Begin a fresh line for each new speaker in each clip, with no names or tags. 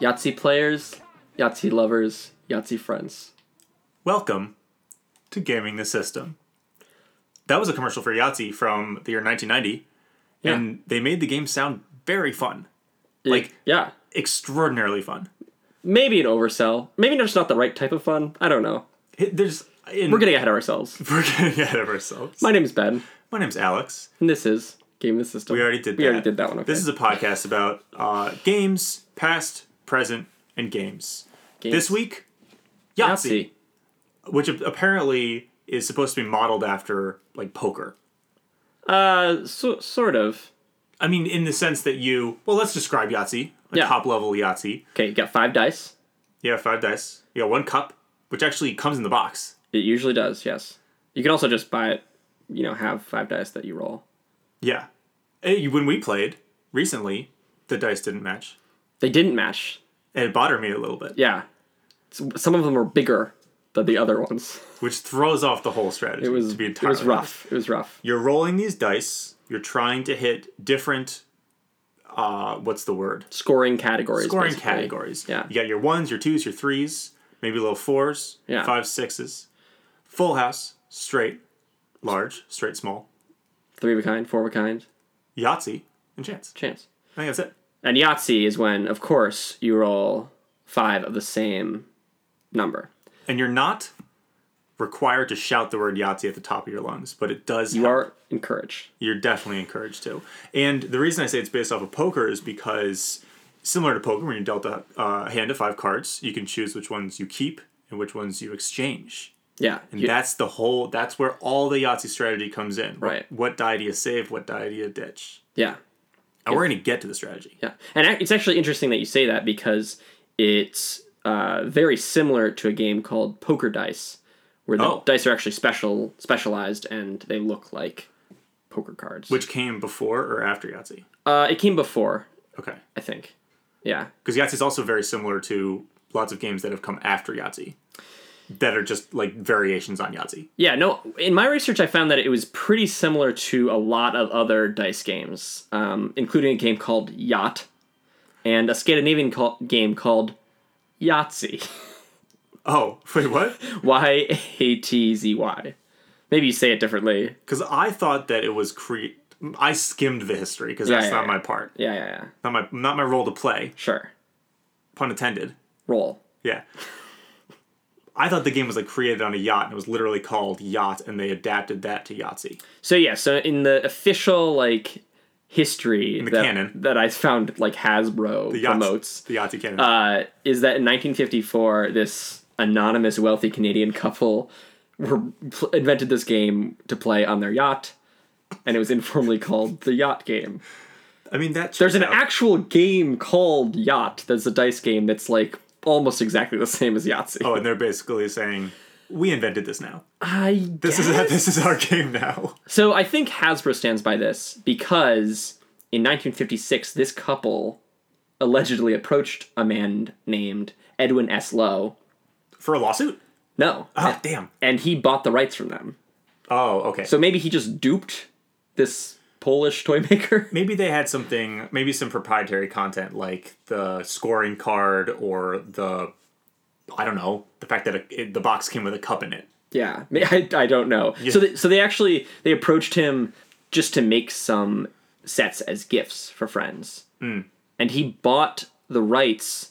Yahtzee players, Yahtzee lovers, Yahtzee friends.
Welcome to Gaming the System. That was a commercial for Yahtzee from the year 1990,
Yeah.
and they made the game sound very fun. Like,
yeah,
extraordinarily fun.
maybe an oversell. Maybe just not the right type of fun. I don't know.
It- There's. in-
We're getting ahead of ourselves.
We're getting ahead of ourselves.
My name's Ben,
My name's Alex.
and this is Game of the System.
We already did
We
that.
already did that one. Okay.
This is a podcast about uh, games, past, present, and games.
Games.
This week, Yahtzee,
Yahtzee.
which ap- apparently is supposed to be modeled after like poker.
Uh, so, sort of.
I mean, in the sense that you well, let's describe Yahtzee, a
Yeah.
top level Yahtzee.
Okay, you got five dice.
You have five dice. You got one cup, which actually comes in the box.
It usually does. Yes. You can also just buy it. You know, have five dice that you roll.
Yeah. Eh, When we played recently, the dice didn't match.
They didn't match.
It bothered me a little bit,
Yeah. S- Some of them were bigger than the other ones.
which throws off the whole strategy.
It was
to be
it
entirely
was rough. It was rough.
you're rolling these dice you're trying to hit different uh what's the word
Scoring categories.
scoring
basically.
categories
Yeah.
you got your ones your twos your threes maybe little fours
Yeah.
five sixes full house straight large straight small
Three of a kind, four of a kind,
yahtzee and chance
chance.
i think that's it
And Yahtzee is when, of course, you roll five of the same number.
and you're not required to shout the word yahtzee at the top of your lungs but it does
You are encouraged.
you're definitely encouraged to. And the reason I say it's based off of poker is because similar to poker, when you're dealt a uh, hand of five cards, you can choose which ones you keep and which ones you exchange.
Yeah.
And
You-
that's the whole. That's where all the Yahtzee strategy comes in. What-
Right.
What, die do you save? What die do you ditch?
yeah.
And we're going to get to the strategy.
Yeah. And ac- it's actually interesting that you say that because it's uh, very similar to a game called Poker Dice, where the
Oh.
dice are actually special, specialized, and they look like poker cards.
Which came before or after Yahtzee?
uh, it came before,
Okay.
I think. Yeah.
Because Yahtzee is also very similar to lots of games that have come after Yahtzee, that are just like variations on Yahtzee.
Yeah, no, in my research, I found that it was pretty similar to a lot of other dice games, um, including a game called Yacht and a Scandinavian call- game called Yahtzee.
Oh wait, what?
Y A T Z Y. Maybe you say it differently.
Because I thought that it was cre. I skimmed the history because
Yeah,
that's
yeah,
not
yeah.
my part,
Yeah, yeah, yeah.
not my not my role to play.
Sure.
Pun intended.
Roll.
Yeah. I thought the game was like created on a yacht and it was literally called Yacht, and they adapted that to Yahtzee.
So yeah, so in the official like history
the
that,
canon.
that I found like Hasbro
The Yachts,
promotes
the Yahtzee canon.
uh, is that in 1954 this anonymous wealthy Canadian couple were pl- invented this game to play on their yacht, and it was informally called the Yacht Game.
I mean that.
There's an
checks out.
actual game called Yacht. That's a dice game that's like almost exactly the same as Yahtzee.
Oh, and they're basically saying we invented this now.
I
This is
guess?
this is our game now.
So I think Hasbro stands by this because in 1956, this couple allegedly approached a man named Edwin S. Lowe.
For a lawsuit?
No.
Oh damn.
And he bought the rights from them.
Oh okay. So
So maybe he just duped this Polish toy maker.
maybe they had something, maybe some proprietary content like the scoring card or the, I don't know, the fact that it, it, the box came with a cup in it.
Yeah, ma- I, I don't know. So they, so they actually they approached him just to make some sets as gifts for friends, mm. and he bought the rights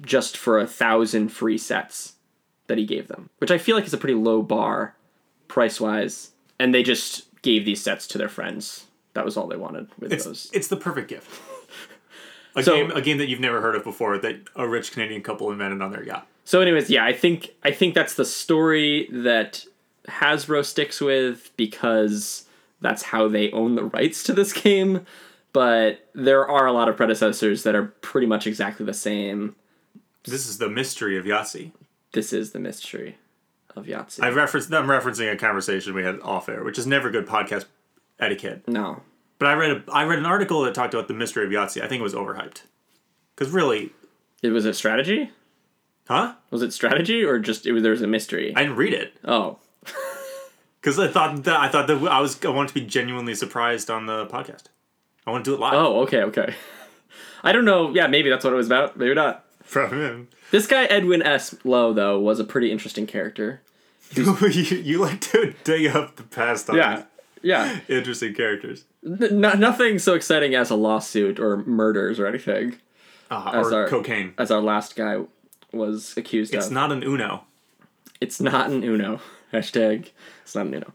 just for a thousand free sets that he gave them, which I feel like is a pretty low bar price wise. And they just gave these sets to their friends. That was all they wanted with
It's
those.
it's the perfect gift. A
So-
game a game that you've never heard of before that a rich Canadian couple invented on their yacht.
So, anyways, yeah, I think I think that's the story that Hasbro sticks with because that's how they own the rights to this game. But there are a lot of predecessors that are pretty much exactly the same.
This is the mystery of Yahtzee.
This is the mystery of Yahtzee.
I referenced I'm referencing a conversation we had off air, which is never good podcast etiquette.
no,
But I read a, I read an article that talked about the mystery of Yahtzee. I think it was overhyped. Cuz really,
it was a strategy.
huh?
Was it strategy or just it was there was a mystery?
I didn't read it.
oh,
Because I thought that I thought that I was I wanted to be genuinely surprised on the podcast. I want to do it live.
oh, okay, okay. I don't know. Yeah, maybe that's what it was about. Maybe not.
from him.
This guy Edwin S. Lowe though was a pretty interesting character.
you, you like to dig up the past on
Yeah, yeah.
these interesting characters.
N- no- nothing so exciting as a lawsuit or murders or anything.
Uh,
As
or
our-
cocaine.
As our last guy was accused
It's
of.
not an Uno.
It's not an Uno. Hashtag. It's not an Uno.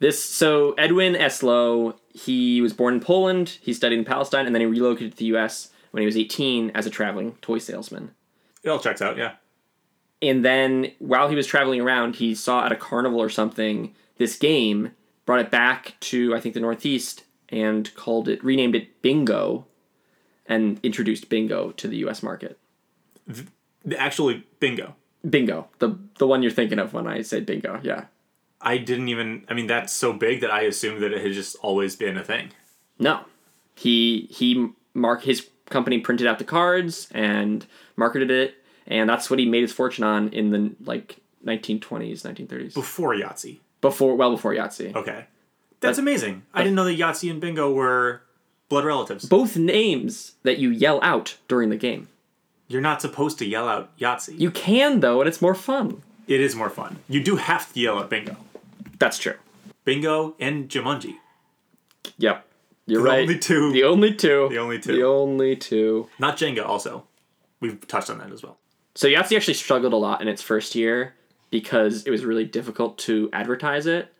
This so Edwin Eslow. He was born in Poland. He studied in Palestine, and then he relocated to the U.S. when he was 18 as a traveling toy salesman.
It all checks out, yeah.
And then while he was traveling around, he saw at a carnival or something this game, brought it back to I think the Northeast, and called it renamed it Bingo, and introduced Bingo to the U.S. market.
Actually, bingo.
Bingo, the the one you're thinking of when I said Bingo, yeah.
I didn't even. I mean, that's so big that I assumed that it had just always been a thing.
No, he he mark his company printed out the cards and marketed it, and that's what he made his fortune on in the like 1920s, 1930s,
Before Yahtzee.
before well before Yahtzee.
Okay. That's amazing. I didn't know that Yahtzee and bingo were blood relatives.
Both names that you yell out during the game.
You're not supposed to yell out Yahtzee.
You can though, and it's more fun.
it is more fun. You do have to yell out bingo.
That's true.
Bingo and Jumanji.
Yep, you're
The
right.
only two.
The only two.
The only two.
The only two.
Not Jenga, also. We've touched on that as well.
So Yahtzee actually struggled a lot in its first year because it was really difficult to advertise it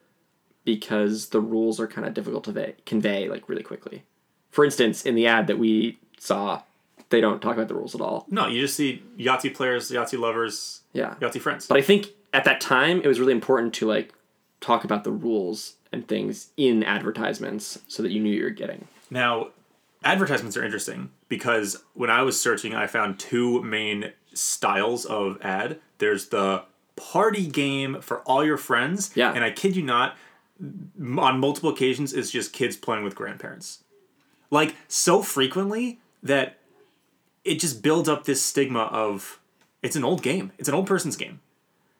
because the rules are kind of difficult to ve- convey like really quickly. For instance, in the ad that we saw, they don't talk about the rules at all.
No, you just see Yahtzee players, Yahtzee lovers,
Yeah.
Yahtzee friends.
But I think at that time it was really important to like talk about the rules and things in advertisements so that you knew what you were getting.
Now, advertisements are interesting because when I was searching, I found two main styles of ad. There's the party game for all your friends.
Yeah.
And I kid you not, m- on multiple occasions, it's just kids playing with grandparents. Like, so frequently that it just builds up this stigma of it's an old game, it's an old person's game.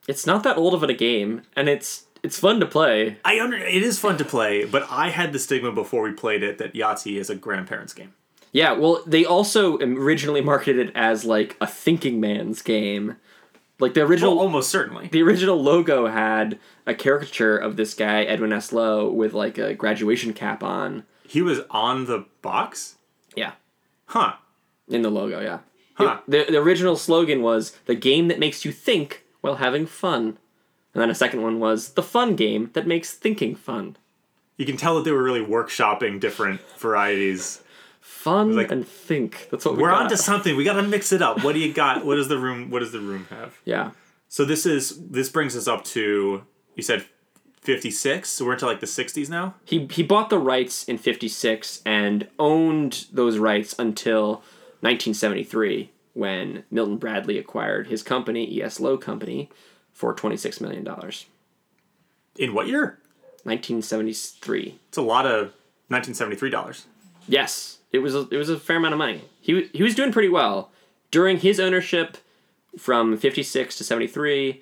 It's not that old of a game and it's it's fun to play.
I under it is fun to play, but I had the stigma before we played it that Yahtzee is a grandparents game.
Yeah, well, they also originally marketed it as like a thinking man's game. Like the original
Well, almost certainly.
the original logo had a caricature of this guy Edwin S. Lowe with like a graduation cap on.
He was on the box?
Yeah,
Huh.
in the logo, yeah.
Huh.
The the original slogan was the game that makes you think while having fun. And then a second one was the fun game that makes thinking fun.
You can tell that they were really workshopping different varieties.
Fun
Like-
and think. That's what we
We're
got.
on to something. We gotta mix it up. What do you got? What does the room what does the room have?
Yeah.
So this is this brings us up to you said fifty six, so we're into like the sixties now?
he he bought the rights in 56 and owned those rights until 1973 when Milton Bradley acquired his company ES Lowe Company for 26 million dollars.
In what year?
1973.
It's a lot of nineteen seventy three dollars.
Yes, it was a, it was a fair amount of money. He wa- he was doing pretty well during his ownership from 56 to 73.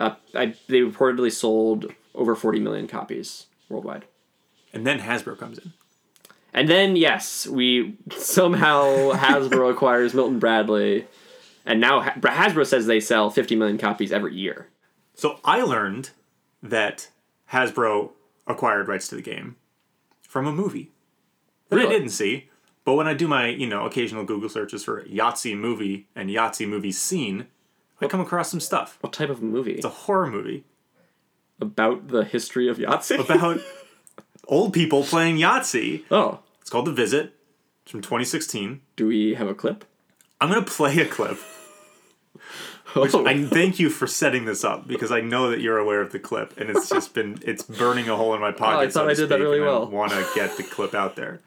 Uh, I, they reportedly sold over 40 million copies worldwide.
And then Hasbro comes in.
And then yes, we somehow Hasbro acquires Milton Bradley, and now Ha- Hasbro says they sell 50 million copies every year.
So I learned that Hasbro acquired rights to the game from a movie that I
Really?
didn't see. But when I do my, you know, occasional Google searches for Yahtzee movie and Yahtzee movie scene, I come across some stuff.
What type of movie
It's a horror movie
about the history of Yahtzee?
about old people playing Yahtzee.
oh,
It's called The Visit. It's from 2016.
do we have a clip?
I'm gonna play a clip.
Oh,
I thank you for setting this up because I know that you're aware of the clip, and it's just been it's burning a hole in my pocket.
Oh, I
so
thought
to
I did that
speak,
really
and
well.
I want to get the clip out there.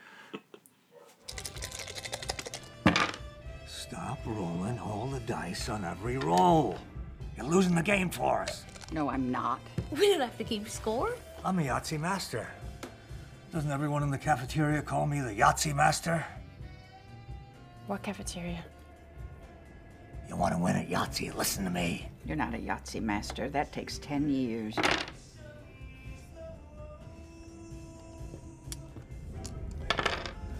Stop rolling all the dice on every roll. You're losing the game for us.
No, I'm not.
We don't have to keep score.
I'm a Yahtzee master. Doesn't everyone in the cafeteria call me the Yahtzee master?
What cafeteria?
You want to win at Yahtzee? Listen to me.
You're not a Yahtzee master. That takes 10 years.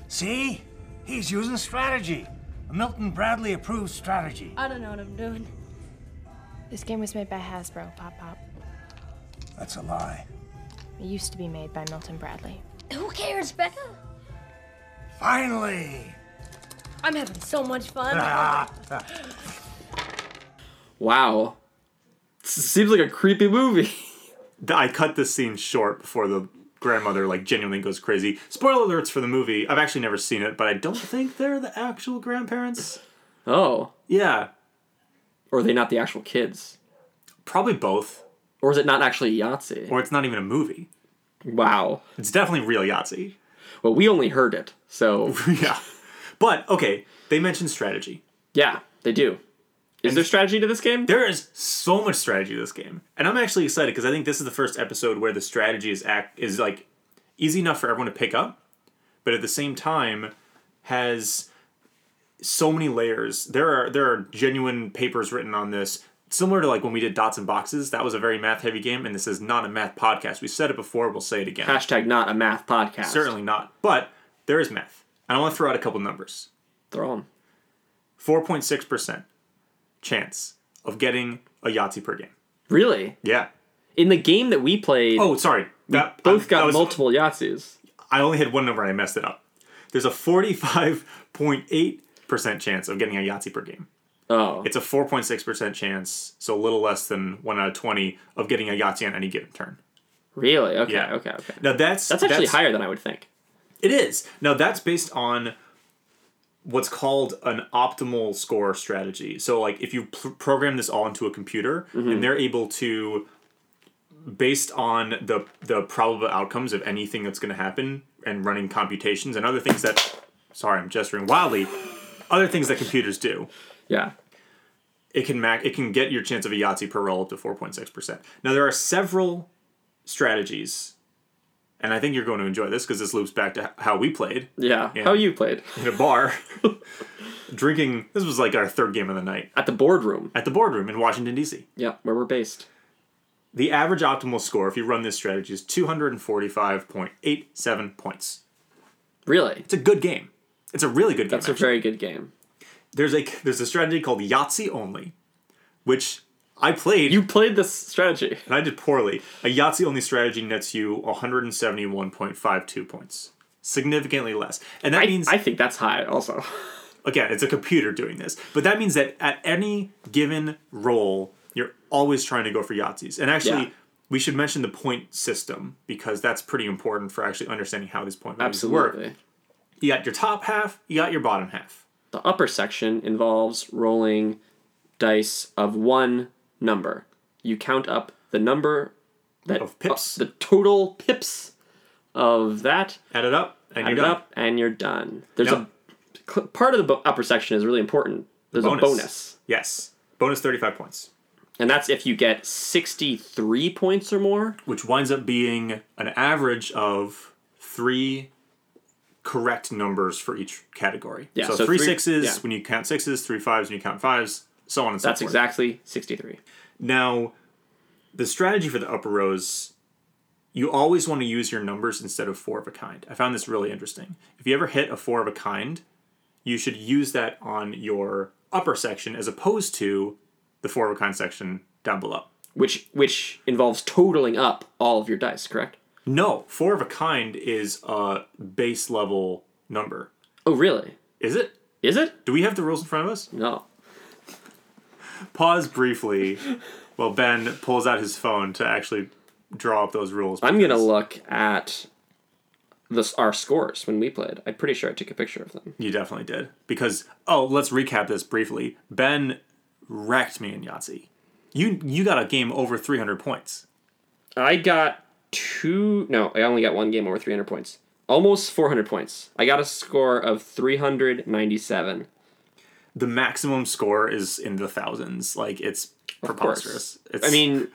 See? He's using strategy. A Milton Bradley approved strategy.
I don't know what I'm doing.
This game was made by Hasbro, Pop Pop.
That's a lie.
It used to be made by Milton Bradley.
Who cares, Becca?
Finally!
I'm having so much fun.
Wow. S- Seems like a creepy movie.
Th- I cut this scene short before the grandmother like genuinely goes crazy. Spoiler alerts for the movie. I've actually never seen it, but I don't think they're the actual grandparents.
Oh.
Yeah,
Or are they not the actual kids?
probably both.
Or is it not actually Yahtzee?
Or it's not even a movie.
Wow.
It's definitely real Yahtzee.
Well, we only heard it. So,
yeah, but okay. They mentioned strategy.
yeah, they do. Is there strategy to this game?
There is so much strategy to this game, and I'm actually excited because I think this is the first episode where the strategy is act is like easy enough for everyone to pick up, but at the same time has so many layers. There are there are genuine papers written on this, similar to like when we did dots and boxes. That was a very math heavy game, and this is not a math podcast. We said it before, we'll say it again.
Hashtag not a math podcast.
Certainly not, but there is math. And I want to throw out a couple numbers.
Throw 'em.
4.6% chance of getting a Yahtzee per game.
Really?
Yeah.
In the game that we played,
Oh, sorry. That,
both
I-
got
that was-
multiple Yahtzees.
I only had one number and I messed it up. There's a 45.8% chance of getting a Yahtzee per game.
Oh.
It's a 4.6% chance, so a little less than 1 out of 20, of getting a Yahtzee on any given turn.
Really? Okay,
Yeah.
okay, okay.
Now that's
That's actually higher than I would think.
It is. Now that's based on what's called an optimal score strategy. So like if you pr- program this all into a computer and they're able to based on the the probable outcomes of anything that's going to happen and running computations and other things that sorry, I'm gesturing wildly, other things that computers do
Yeah.
it can mac it can get your chance of a Yahtzee per roll up to 4.6%. Now there are several strategies and I think you're going to enjoy this because this loops back to h- how we played
Yeah.
Yeah.
How you played?
in a bar drinking this was like our third game of the night
At the boardroom.
at the boardroom in Washington DC.
Yeah, where we're based.
The average optimal score if you run this strategy is 245.87 points.
Really?
It's a good game. It's a really good game.
That's a
actually.
very good game.
there's a there's a strategy called Yahtzee only which I played
You played this strategy.
and I did poorly. A Yahtzee only strategy nets you 171.52 points, significantly less. And that
I,
means
I think that's high also.
again, it's a computer doing this, but that means that at any given roll, you're always trying to go for Yahtzees. And actually,
Yeah.
we should mention the point system because that's pretty important for actually understanding how these point values work.
Absolutely.
You got your top half, you got your bottom half.
The upper section involves rolling dice of one number. You count up the number that
Of pips.
uh, the total pips of that
Add it up, and
add
you're
it
done.
up and you're done. There's
Now-
a cl- part of the bo- upper section is really important. There's a bonus.
Yes, bonus 35 points,
And that's if you get 63 points or more.
which winds up being an average of three correct numbers for each category.
Yeah,
so,
so
three
three-
sixes
yeah.
when you count sixes, three fives when you count fives, so on and so
That's
forth.
exactly 63.
Now, the strategy for the upper rows, you always want to use your numbers instead of four of a kind. I found this really interesting. If you ever hit a four of a kind, you should use that on your upper section as opposed to the four of a kind section down below.
Which which involves totaling up all of your dice, correct?
No, four of a kind is a base level number.
Oh, really?
Is it?
Is it?
Do we have the rules in front of us?
No.
Pause briefly while Ben pulls out his phone to actually draw up those rules.
I'm going to
because-
look at this our scores when we played. I'm pretty sure I took a picture of them.
You definitely did. Because oh, let's recap this briefly. Ben wrecked me in Yahtzee. You you got a game over 300 points.
I got two No, I only got one game over 300 points. Almost 400 points. I got a score of 397.
The maximum score is in the thousands. Like it's
Of course.
preposterous. It's
I mean,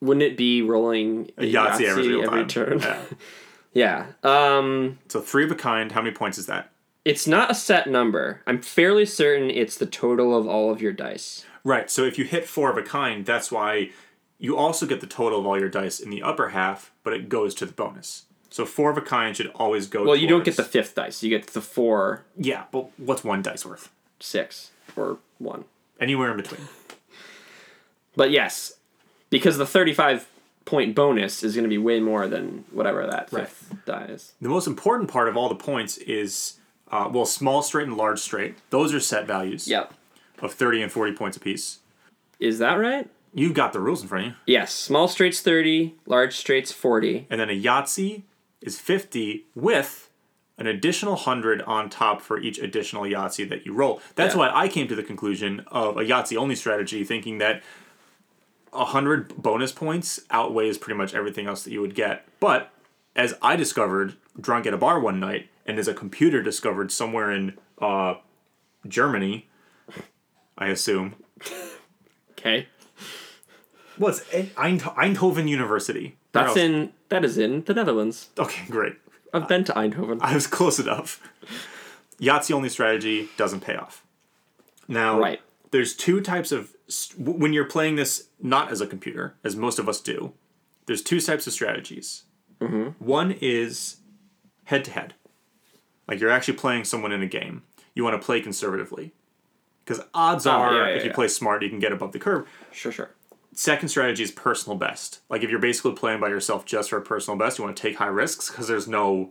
wouldn't it be rolling
a Yahtzee, every single
every
time.
turn?
Yeah.
Yeah. Um,
So three of a kind. How many points is that?
it's not a set number. I'm fairly certain it's the total of all of your dice.
Right. So if you hit four of a kind, that's why you also get the total of all your dice in the upper half, but it goes to the bonus. So four of a kind should always go.
Well, you don't get
towards-
the fifth dice. You get the four,
yeah, but what's one dice worth?
six, or one.
Anywhere in between.
But yes, because the 35 point bonus is going to be way more than whatever that
Right.
fifth die is.
The most important part of all the points is, uh, well, small straight and large straight. Those are set values.
Yep.
Of thirty and forty points apiece.
Is that right?
You've got the rules in front of you.
Yes. Small straight's 30, large straight's 40.
And then a Yahtzee is 50 with an additional 100 on top for each additional Yahtzee that you roll. That's
Yeah.
why I came to the conclusion of a Yahtzee only strategy, thinking that 100 bonus points outweighs pretty much everything else that you would get. But as I discovered drunk at a bar one night, and as a computer discovered somewhere in uh, Germany, I assume,
Okay.
was it's Eind- Eindhoven University.
That's
Or else-
in that is in the Netherlands.
Okay, great.
I've been to Eindhoven.
I was close enough. Yahtzee only strategy doesn't pay off. Now,
Right.
there's two types of st- w- when you're playing this not as a computer, as most of us do. There's two types of strategies.
Mm-hmm.
One is head to head, like you're actually playing someone in a game. You want to play conservatively, because odds are
Oh, yeah, yeah,
if you
yeah.
play smart, you can get above the curve
Sure, sure.
second strategy is personal best. Like if you're basically playing by yourself just for personal best, you want to take high risks because there's no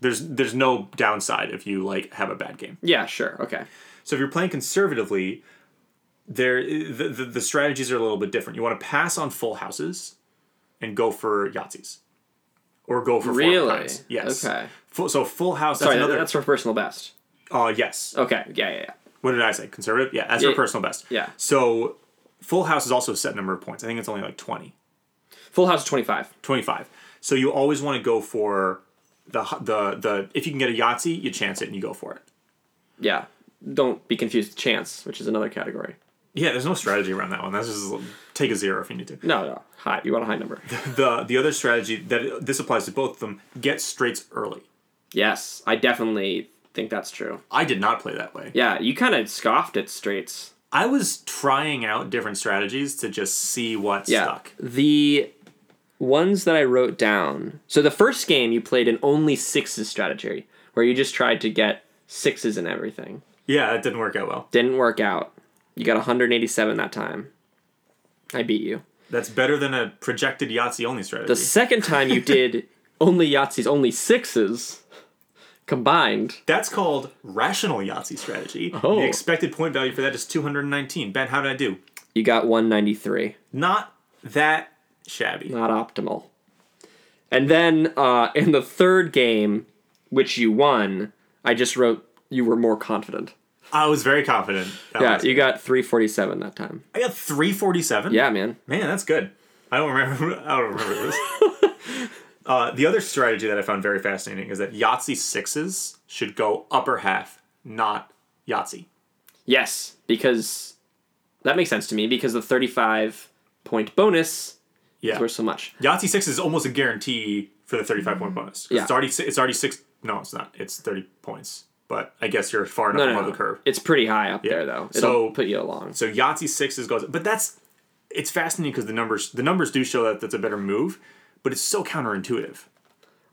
there's there's no downside if you like have a bad game.
Yeah, sure. Okay.
So if you're playing conservatively, there the, the, the strategies are a little bit different. You want to pass on full houses and go for Yahtzees. Or go for four of
Really?
a kinds. Yes.
Okay.
Full, so full house. That's
Sorry,
another.
that's for personal best.
uh, yes.
Okay. Yeah, yeah, yeah.
What did I say? Conservative. Yeah. That's your
Yeah.
personal best.
Yeah.
So full house is also a set number of points. I think it's only like twenty.
Full House is 25.
25. So you always want to go for the the the if you can get a Yahtzee, you chance it and you go for it.
Yeah. Don't be confused with chance, which is another category.
Yeah, there's no strategy around that one. That's just take a zero if you need to.
No, no. High. You want a high number.
The the other strategy that this applies to both of them, get straights early.
yes, I definitely think that's true.
I did not play that way.
Yeah, you kind of scoffed at straights.
I was trying out different strategies to just see what stuck.
The ones that I wrote down. So the first game you played an only sixes strategy, where you just tried to get sixes in everything.
Yeah, that didn't work out well.
Didn't work out. You got 187 that time. I beat you.
That's better than a projected Yahtzee only strategy.
The second time you did only Yahtzees, only sixes combined.
That's called rational Yahtzee strategy.
Oh.
The expected point value for that is 219. Ben, how did I do?
You got 193.
Not that shabby.
Not optimal. And then uh, in the third game, which you won, I just wrote you were more confident.
I was very confident. That
Yeah,
was-
you got 347 that time.
I got three forty seven.
Yeah, man.
man, that's good. I don't remember. I don't remember this. uh, the other strategy that I found very fascinating is that Yahtzee sixes should go upper half, not Yahtzee.
Yes, because that makes sense to me because the 35 point bonus
Yeah,
is worth so much.
Yahtzee sixes is almost a guarantee for the thirty five point bonus.
Mm-hmm.
'Cause
Yeah.
it's already si- it's already six. No, it's not. It's thirty points. But I guess you're far enough
No, no,
above
no.
the curve.
It's pretty high up there though. It'll
So-
put you along.
So Yahtzee sixes goes, but that's it's fascinating because the numbers the numbers do show that that's a better move, but it's so counterintuitive.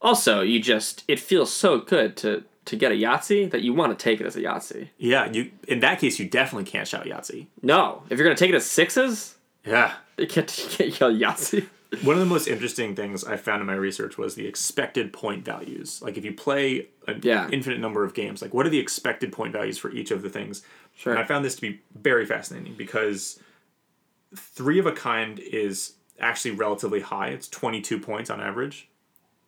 Also, you just it feels so good to to get a Yahtzee that you want to take it as a Yahtzee.
Yeah, you in that case you definitely can't shout Yahtzee.
No, if you're gonna take it as sixes,
Yeah.
you can't, you can't yell Yahtzee.
One of the most interesting things I found in my research was the expected point values. Like if you play an
Yeah.
infinite number of games, like what are the expected point values for each of the things?
Sure.
And I found this to be very fascinating because three of a kind is actually relatively high. It's 22 points on average.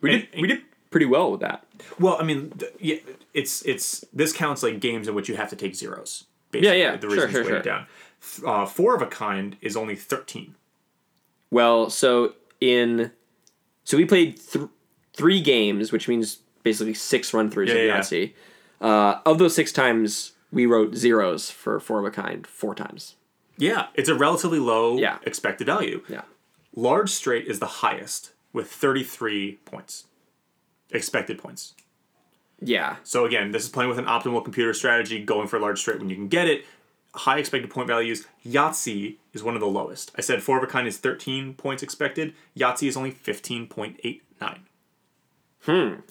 We did we did pretty well with that.
Well, I mean, th- yeah, it's it's this counts like games in which you have to take zeros.
yeah,
The
sure,
reasons
sure,
weighed
sure.
down. Th- Uh, four of a kind is only 13.
Well, so in so we played th- three games, which means basically six run throughs
Yeah, yeah.
of Yahtzee. Uh, of those six times, we wrote zeros for four of a kind four times.
Yeah, it's a relatively low
Yeah.
expected value.
Yeah,
Large straight is the highest with 33 points, expected points.
yeah,
So again, this is playing with an optimal computer strategy, going for large straight when you can get it. High expected point values. Yahtzee is one of the lowest. I said four of a kind is 13 points expected. Yahtzee is only 15.89.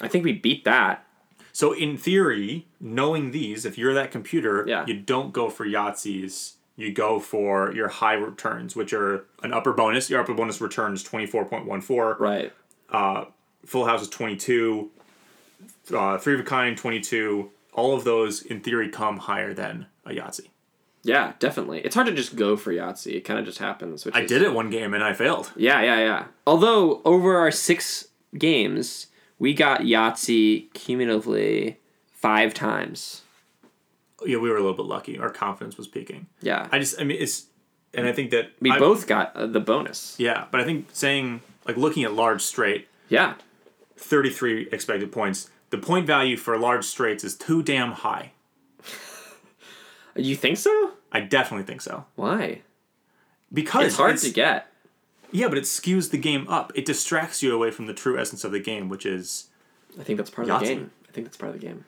I think we beat that.
So in theory, knowing these, if you're that computer,
Yeah.
you don't go for Yahtzees. You go for your high returns, which are an upper bonus. Your upper bonus returns twenty four point one four.
Right.
Full House is twenty two. Uh, Three of a Kind twenty two. All of those in theory come higher than a Yahtzee.
Yeah, definitely. It's hard to just go for Yahtzee. It kind of just happens. Which
I
is-
did it one game and I failed.
Yeah, yeah, yeah. Although over our six games, we got Yahtzee cumulatively five times.
Yeah, we were a little bit lucky. Our confidence was peaking.
Yeah,
I just, I mean, it's, and I think that
we
I-
both got uh, the bonus.
Yeah, but I think saying like looking at large straight,
Yeah,
thirty three expected points. The point value for large straights is too damn high.
you think so?
I definitely think so
Why?
because
it's hard to get.
Yeah, but it skews the game up. It distracts you away from the true essence of the game, which is
I think that's part of
Yahtzee.
the game. I think that's part of the game.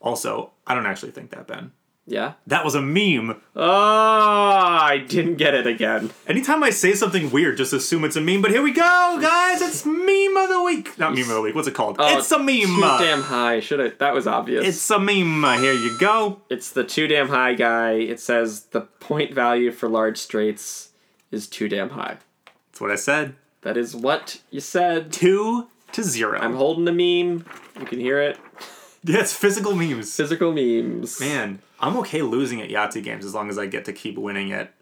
also I don't actually think that Ben.
Yeah.
That was a meme.
Oh, I didn't get it again.
Anytime I say something weird, just assume it's a meme. But here we go, guys. It's meme of the week. Not meme of the week. What's it called?
Oh,
it's a meme.
Too damn high. Should have. That was obvious.
It's a meme. Here you go.
It's the too damn high guy. It says the point value for large straights is too damn high.
That's what I said.
That is what you said.
Two to 0
I'm holding a meme. You can hear it.
Yeah, it's physical memes.
Physical memes.
Man, I'm okay losing at Yahtzee games as long as I get to keep winning at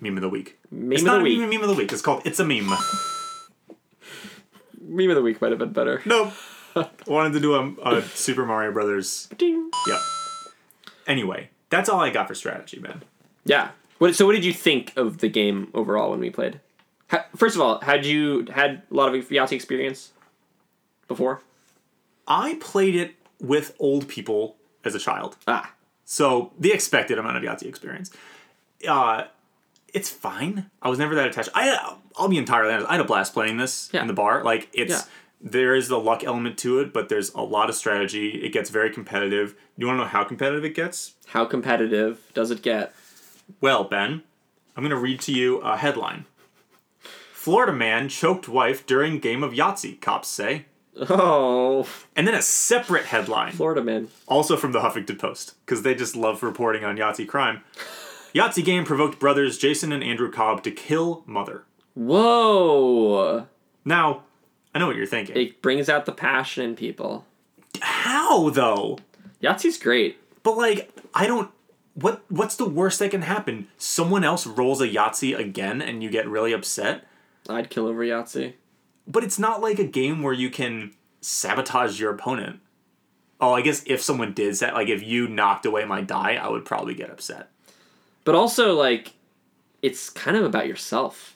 Meme of the Week.
meme
it's
of
not
the week.
even Meme of the Week. It's called It's a Meme.
Meme of the week might have been better.
nope. I wanted to do a, a Super Mario Brothers.
Ding.
Yep. Anyway, that's all I got for strategy, man.
Yeah. What, so, what did you think of the game overall when we played? Ha first of all, had you had a lot of Yahtzee experience before?
I played it with old people as a child.
Ah,
So the expected amount of Yahtzee experience. Uh, it's fine. I was never that attached. I I'll be entirely honest. I had a blast playing this
Yeah.
in the bar. Like it's
Yeah.
there is the luck element to it, but there's a lot of strategy. It gets very competitive. You want to know how competitive it gets?
how competitive does it get?
Well, Ben, I'm gonna read to you a headline. Florida man choked wife during game of Yahtzee, cops say.
Oh,
And then a separate headline.
Florida man.
also from the Huffington Post, because they just love reporting on Yahtzee crime. Yahtzee game provoked brothers Jason and Andrew Cobb to kill mother.
Whoa.
Now, I know what you're thinking.
It brings out the passion in people.
How though?
Yahtzee's great.
But like, I don't. What What's the worst that can happen? Someone else rolls a Yahtzee again, and you get really upset.
I'd kill over Yahtzee.
But it's not like a game where you can sabotage your opponent. Oh, I guess if someone did that, like if you knocked away my die, I would probably get upset.
But also, like, it's kind of about yourself.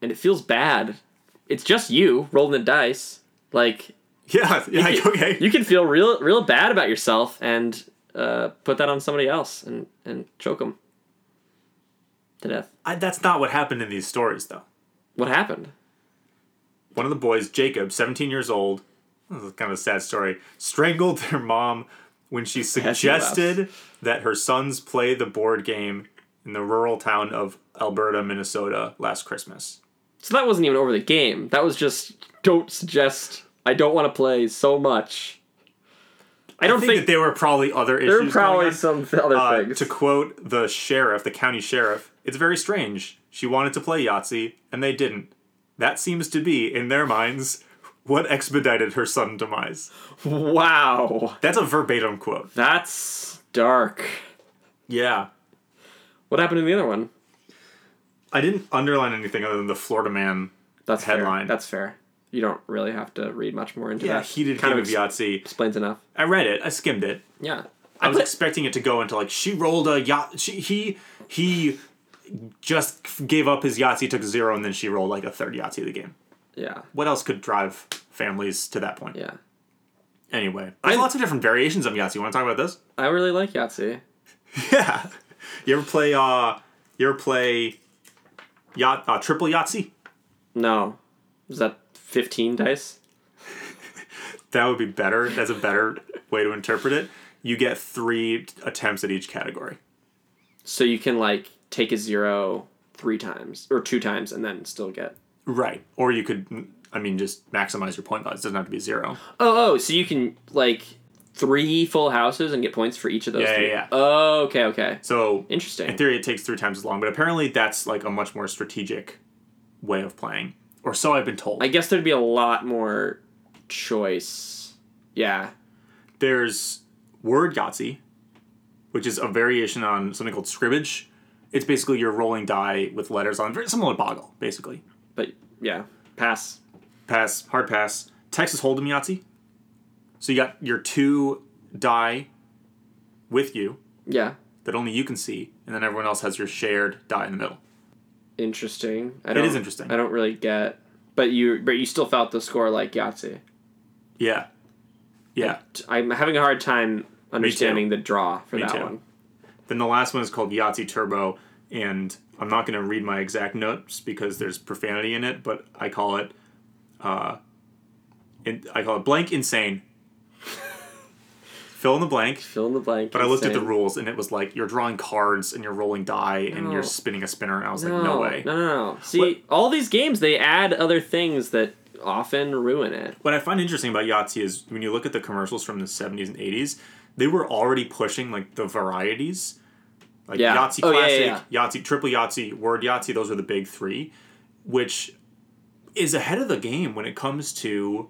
And it feels bad. It's just you rolling the dice. Like,
Yeah, yeah,
you-
okay.
You can feel real, real bad about yourself and uh, put that on somebody else and, and choke them to death.
I, that's not what happened in these stories, though.
What happened?
one of the boys, Jacob, 17 years old, this is kind of a sad story, strangled their mom when she suggested that her sons play the board game in the rural town of Alberta, Minnesota last Christmas.
So that wasn't even over the game. That was just don't suggest. I don't want to play so much. I
I
don't
think,
think,
that there were probably other issues.
there were probably
going on.
some other
Uh,
things.
to quote the sheriff, the county sheriff, it's very strange. She wanted to play Yahtzee, and they didn't. That seems to be, in their minds, what expedited her sudden demise.
Wow,
That's a verbatim quote.
that's dark.
Yeah.
What happened in the other one?
I didn't underline anything other than the Florida man.
That's
Headline.
Fair. That's fair. You don't really have to read much more into
Yeah,
that.
heated
kind
game
of
of
ex-
Yahtzee.
explains enough.
I read it. I skimmed it.
Yeah,
I was
pla-
expecting it to go into like she rolled a yacht. She he he just f- gave up his Yahtzee, took zero, and then she rolled like a third Yahtzee of the game.
yeah,
What else could drive families to that point?
yeah.
Anyway, there's
I-
lots of different variations of Yahtzee. Want to talk about this?
I really like Yahtzee.
Yeah. You ever play? uh You ever play? Yacht uh, triple Yahtzee.
No, is that fifteen dice?
That would be better. That's a better way to interpret it. You get three attempts at each category.
So you can like take a zero three times or two times and then still get
Right. Or you could I mean, just maximize your point odds. It doesn't have to be zero.
Oh, oh, so you can like three full houses and get points for each of those.
Yeah,
three.
yeah, yeah.
Oh, okay, okay.
So
Interesting.
In theory, it takes three times as long, but apparently that's like a much more strategic way of playing, or so I've been told.
I guess there'd be a lot more choice. Yeah.
There's word Yahtzee, which is a variation on something called scribbage. It's basically you're rolling die with letters on, very similar to Boggle, basically.
But yeah, pass.
Pass, hard pass. Texas Hold'em Yahtzee. So you got your two die with you
Yeah.
that only you can see, and then everyone else has your shared die in the middle.
Interesting. I
It
don't,
is interesting.
I don't really get, but you but you still felt the score like Yahtzee.
Yeah. Yeah.
T- I'm having a hard time understanding the draw for
Me
that
too.
one.
Then the last one is called Yahtzee Turbo, and I'm not going to read my exact notes because there's profanity in it, but I call it, uh, in, I call it blank insane. Fill in the blank.
Fill in the blank.
But I looked at the
insane.
rules, and it was like you're drawing cards and you're rolling die and
No.
you're spinning a spinner, and I was like, no way.
No, no, no. See,
What-
all these games they add other things that often ruin it.
What I find interesting about Yahtzee is when you look at the commercials from the 70s and 80s, they were already pushing like the varieties. Like
Yeah.
Yahtzee
Oh, yeah,
Classic,
yeah,
Yahtzee, Triple Yahtzee, Word Yahtzee, those are the big three, which is ahead of the game when it comes to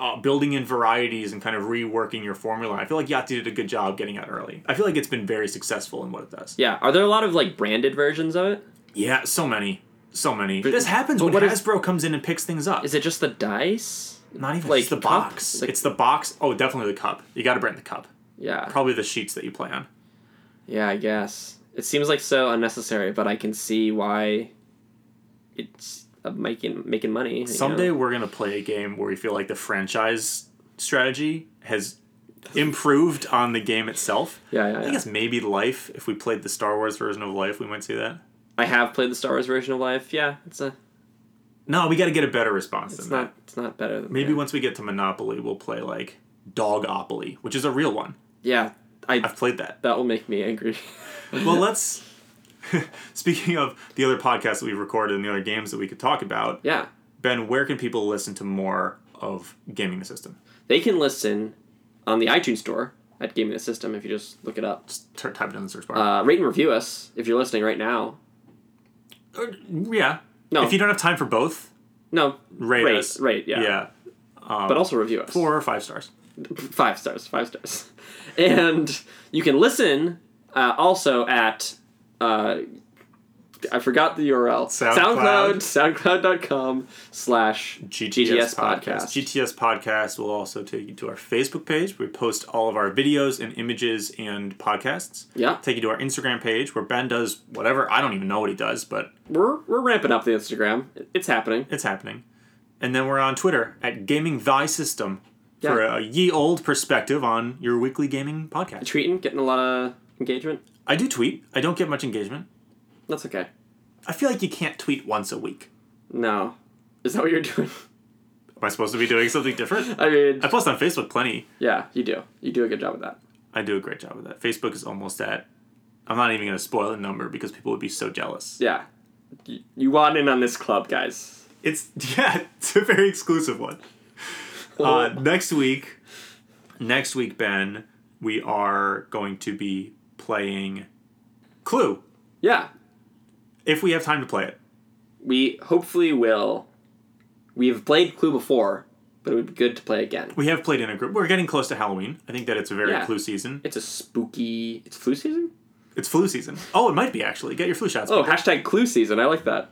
uh, building in varieties and kind of reworking your formula. I feel like Yahtzee did a good job getting out early. I feel like it's been very successful in what it does.
Yeah. Are there a lot of like branded versions of it?
Yeah, so many. So many. this happens
but
when
what is-
Hasbro comes in and picks things up.
Is it just the dice?
Not even
Like,
it's the
cup?
box.
Like-
it's the box. Oh, definitely the cup. You got to bring the cup.
Yeah.
Probably the sheets that you play on.
Yeah, I guess. It seems like so unnecessary, but I can see why it's uh, making making money. you
Someday
know?
we're gonna play a game where we feel like the franchise strategy has improved on the game itself.
Yeah, yeah,
I
yeah.
guess maybe Life. If we played the Star Wars version of Life, we might see that.
I have played the Star Wars version of Life. Yeah, it's a
No, we got to get a better response
it's
than that.
not it's not better than
Maybe
yeah.
once we get to Monopoly, we'll play like Dogopoly, which is a real one.
Yeah, I
I've played that.
that will make me angry.
Well, let's. Speaking of the other podcasts that we've recorded and the other games that we could talk about,
yeah,
Ben, where can people listen to more of Gaming the System?
they can listen on the iTunes store at Gaming the System if you just look it up.
Just t- type it in the search bar.
Uh, rate and review us if you're listening right now.
Or- Uh, yeah.
no.
If you don't have time for both,
No,
rate,
rate
us.
rate, yeah,
Yeah.
but also review us.
Four or five stars.
five stars, five stars. And you can listen uh, also at uh, I forgot the URL.
SoundCloud.
SoundCloud. SoundCloud.com slash GTS podcast.
GTS Podcast will also take you to our Facebook page. where We post all of our videos and images and podcasts.
Yeah.
Take you to our Instagram page where Ben does whatever. I don't even know what he does, but
We're, we're ramping up the Instagram. It's happening.
it's happening. And then we're on Twitter at Gaming Thy System for
Yeah.
a ye old perspective on your weekly gaming podcast.
Tweeting, getting a lot of engagement.
I do tweet. I don't get much engagement.
That's okay.
I feel like you can't tweet once a week.
No. Is that what you're doing?
Am I supposed to be doing something different?
I mean,
I post on Facebook plenty.
yeah, you do. You do a good job of that.
I do a great job of that. Facebook is almost at. I'm not even going to spoil the number because people would be so jealous.
Yeah. You, you want in on this club, guys.
It's yeah, it's a very exclusive one. Uh, next week, next week, Ben, we are going to be playing Clue
Yeah.
if we have time to play it.
We hopefully will. We've played Clue before, but it would be good to play again.
We have played in a group. We're getting close to Halloween. I think that it's a very
Yeah.
Clue season.
It's a spooky. It's flu season.
It's flu season. Oh, it might be actually. Get your flu shots.
Oh, hashtag Clue season. I like that.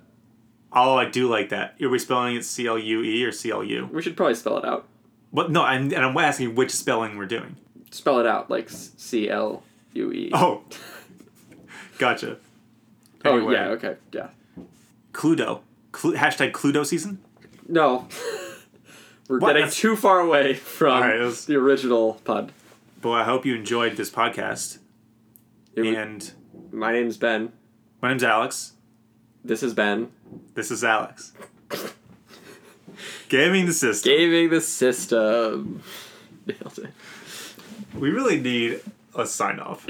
Oh, I do like that. Are we spelling it C L U E or C L U?
We should probably spell it out.
But no, I'm, and I'm asking which spelling we're doing.
Spell it out like C L U E.
Oh, gotcha.
Oh,
anyway.
yeah. Okay. Yeah.
Cluedo. Clu- hashtag Cluedo season.
No. We're
What?
getting
That's-
too far away from
All right, it was-
the original pod.
Well, I hope you enjoyed this podcast.
It was-
And
my name's Ben.
my name's Alex.
This is Ben.
This is Alex. Gaming the system.
Gaming the system. Nailed it.
We really need a sign off.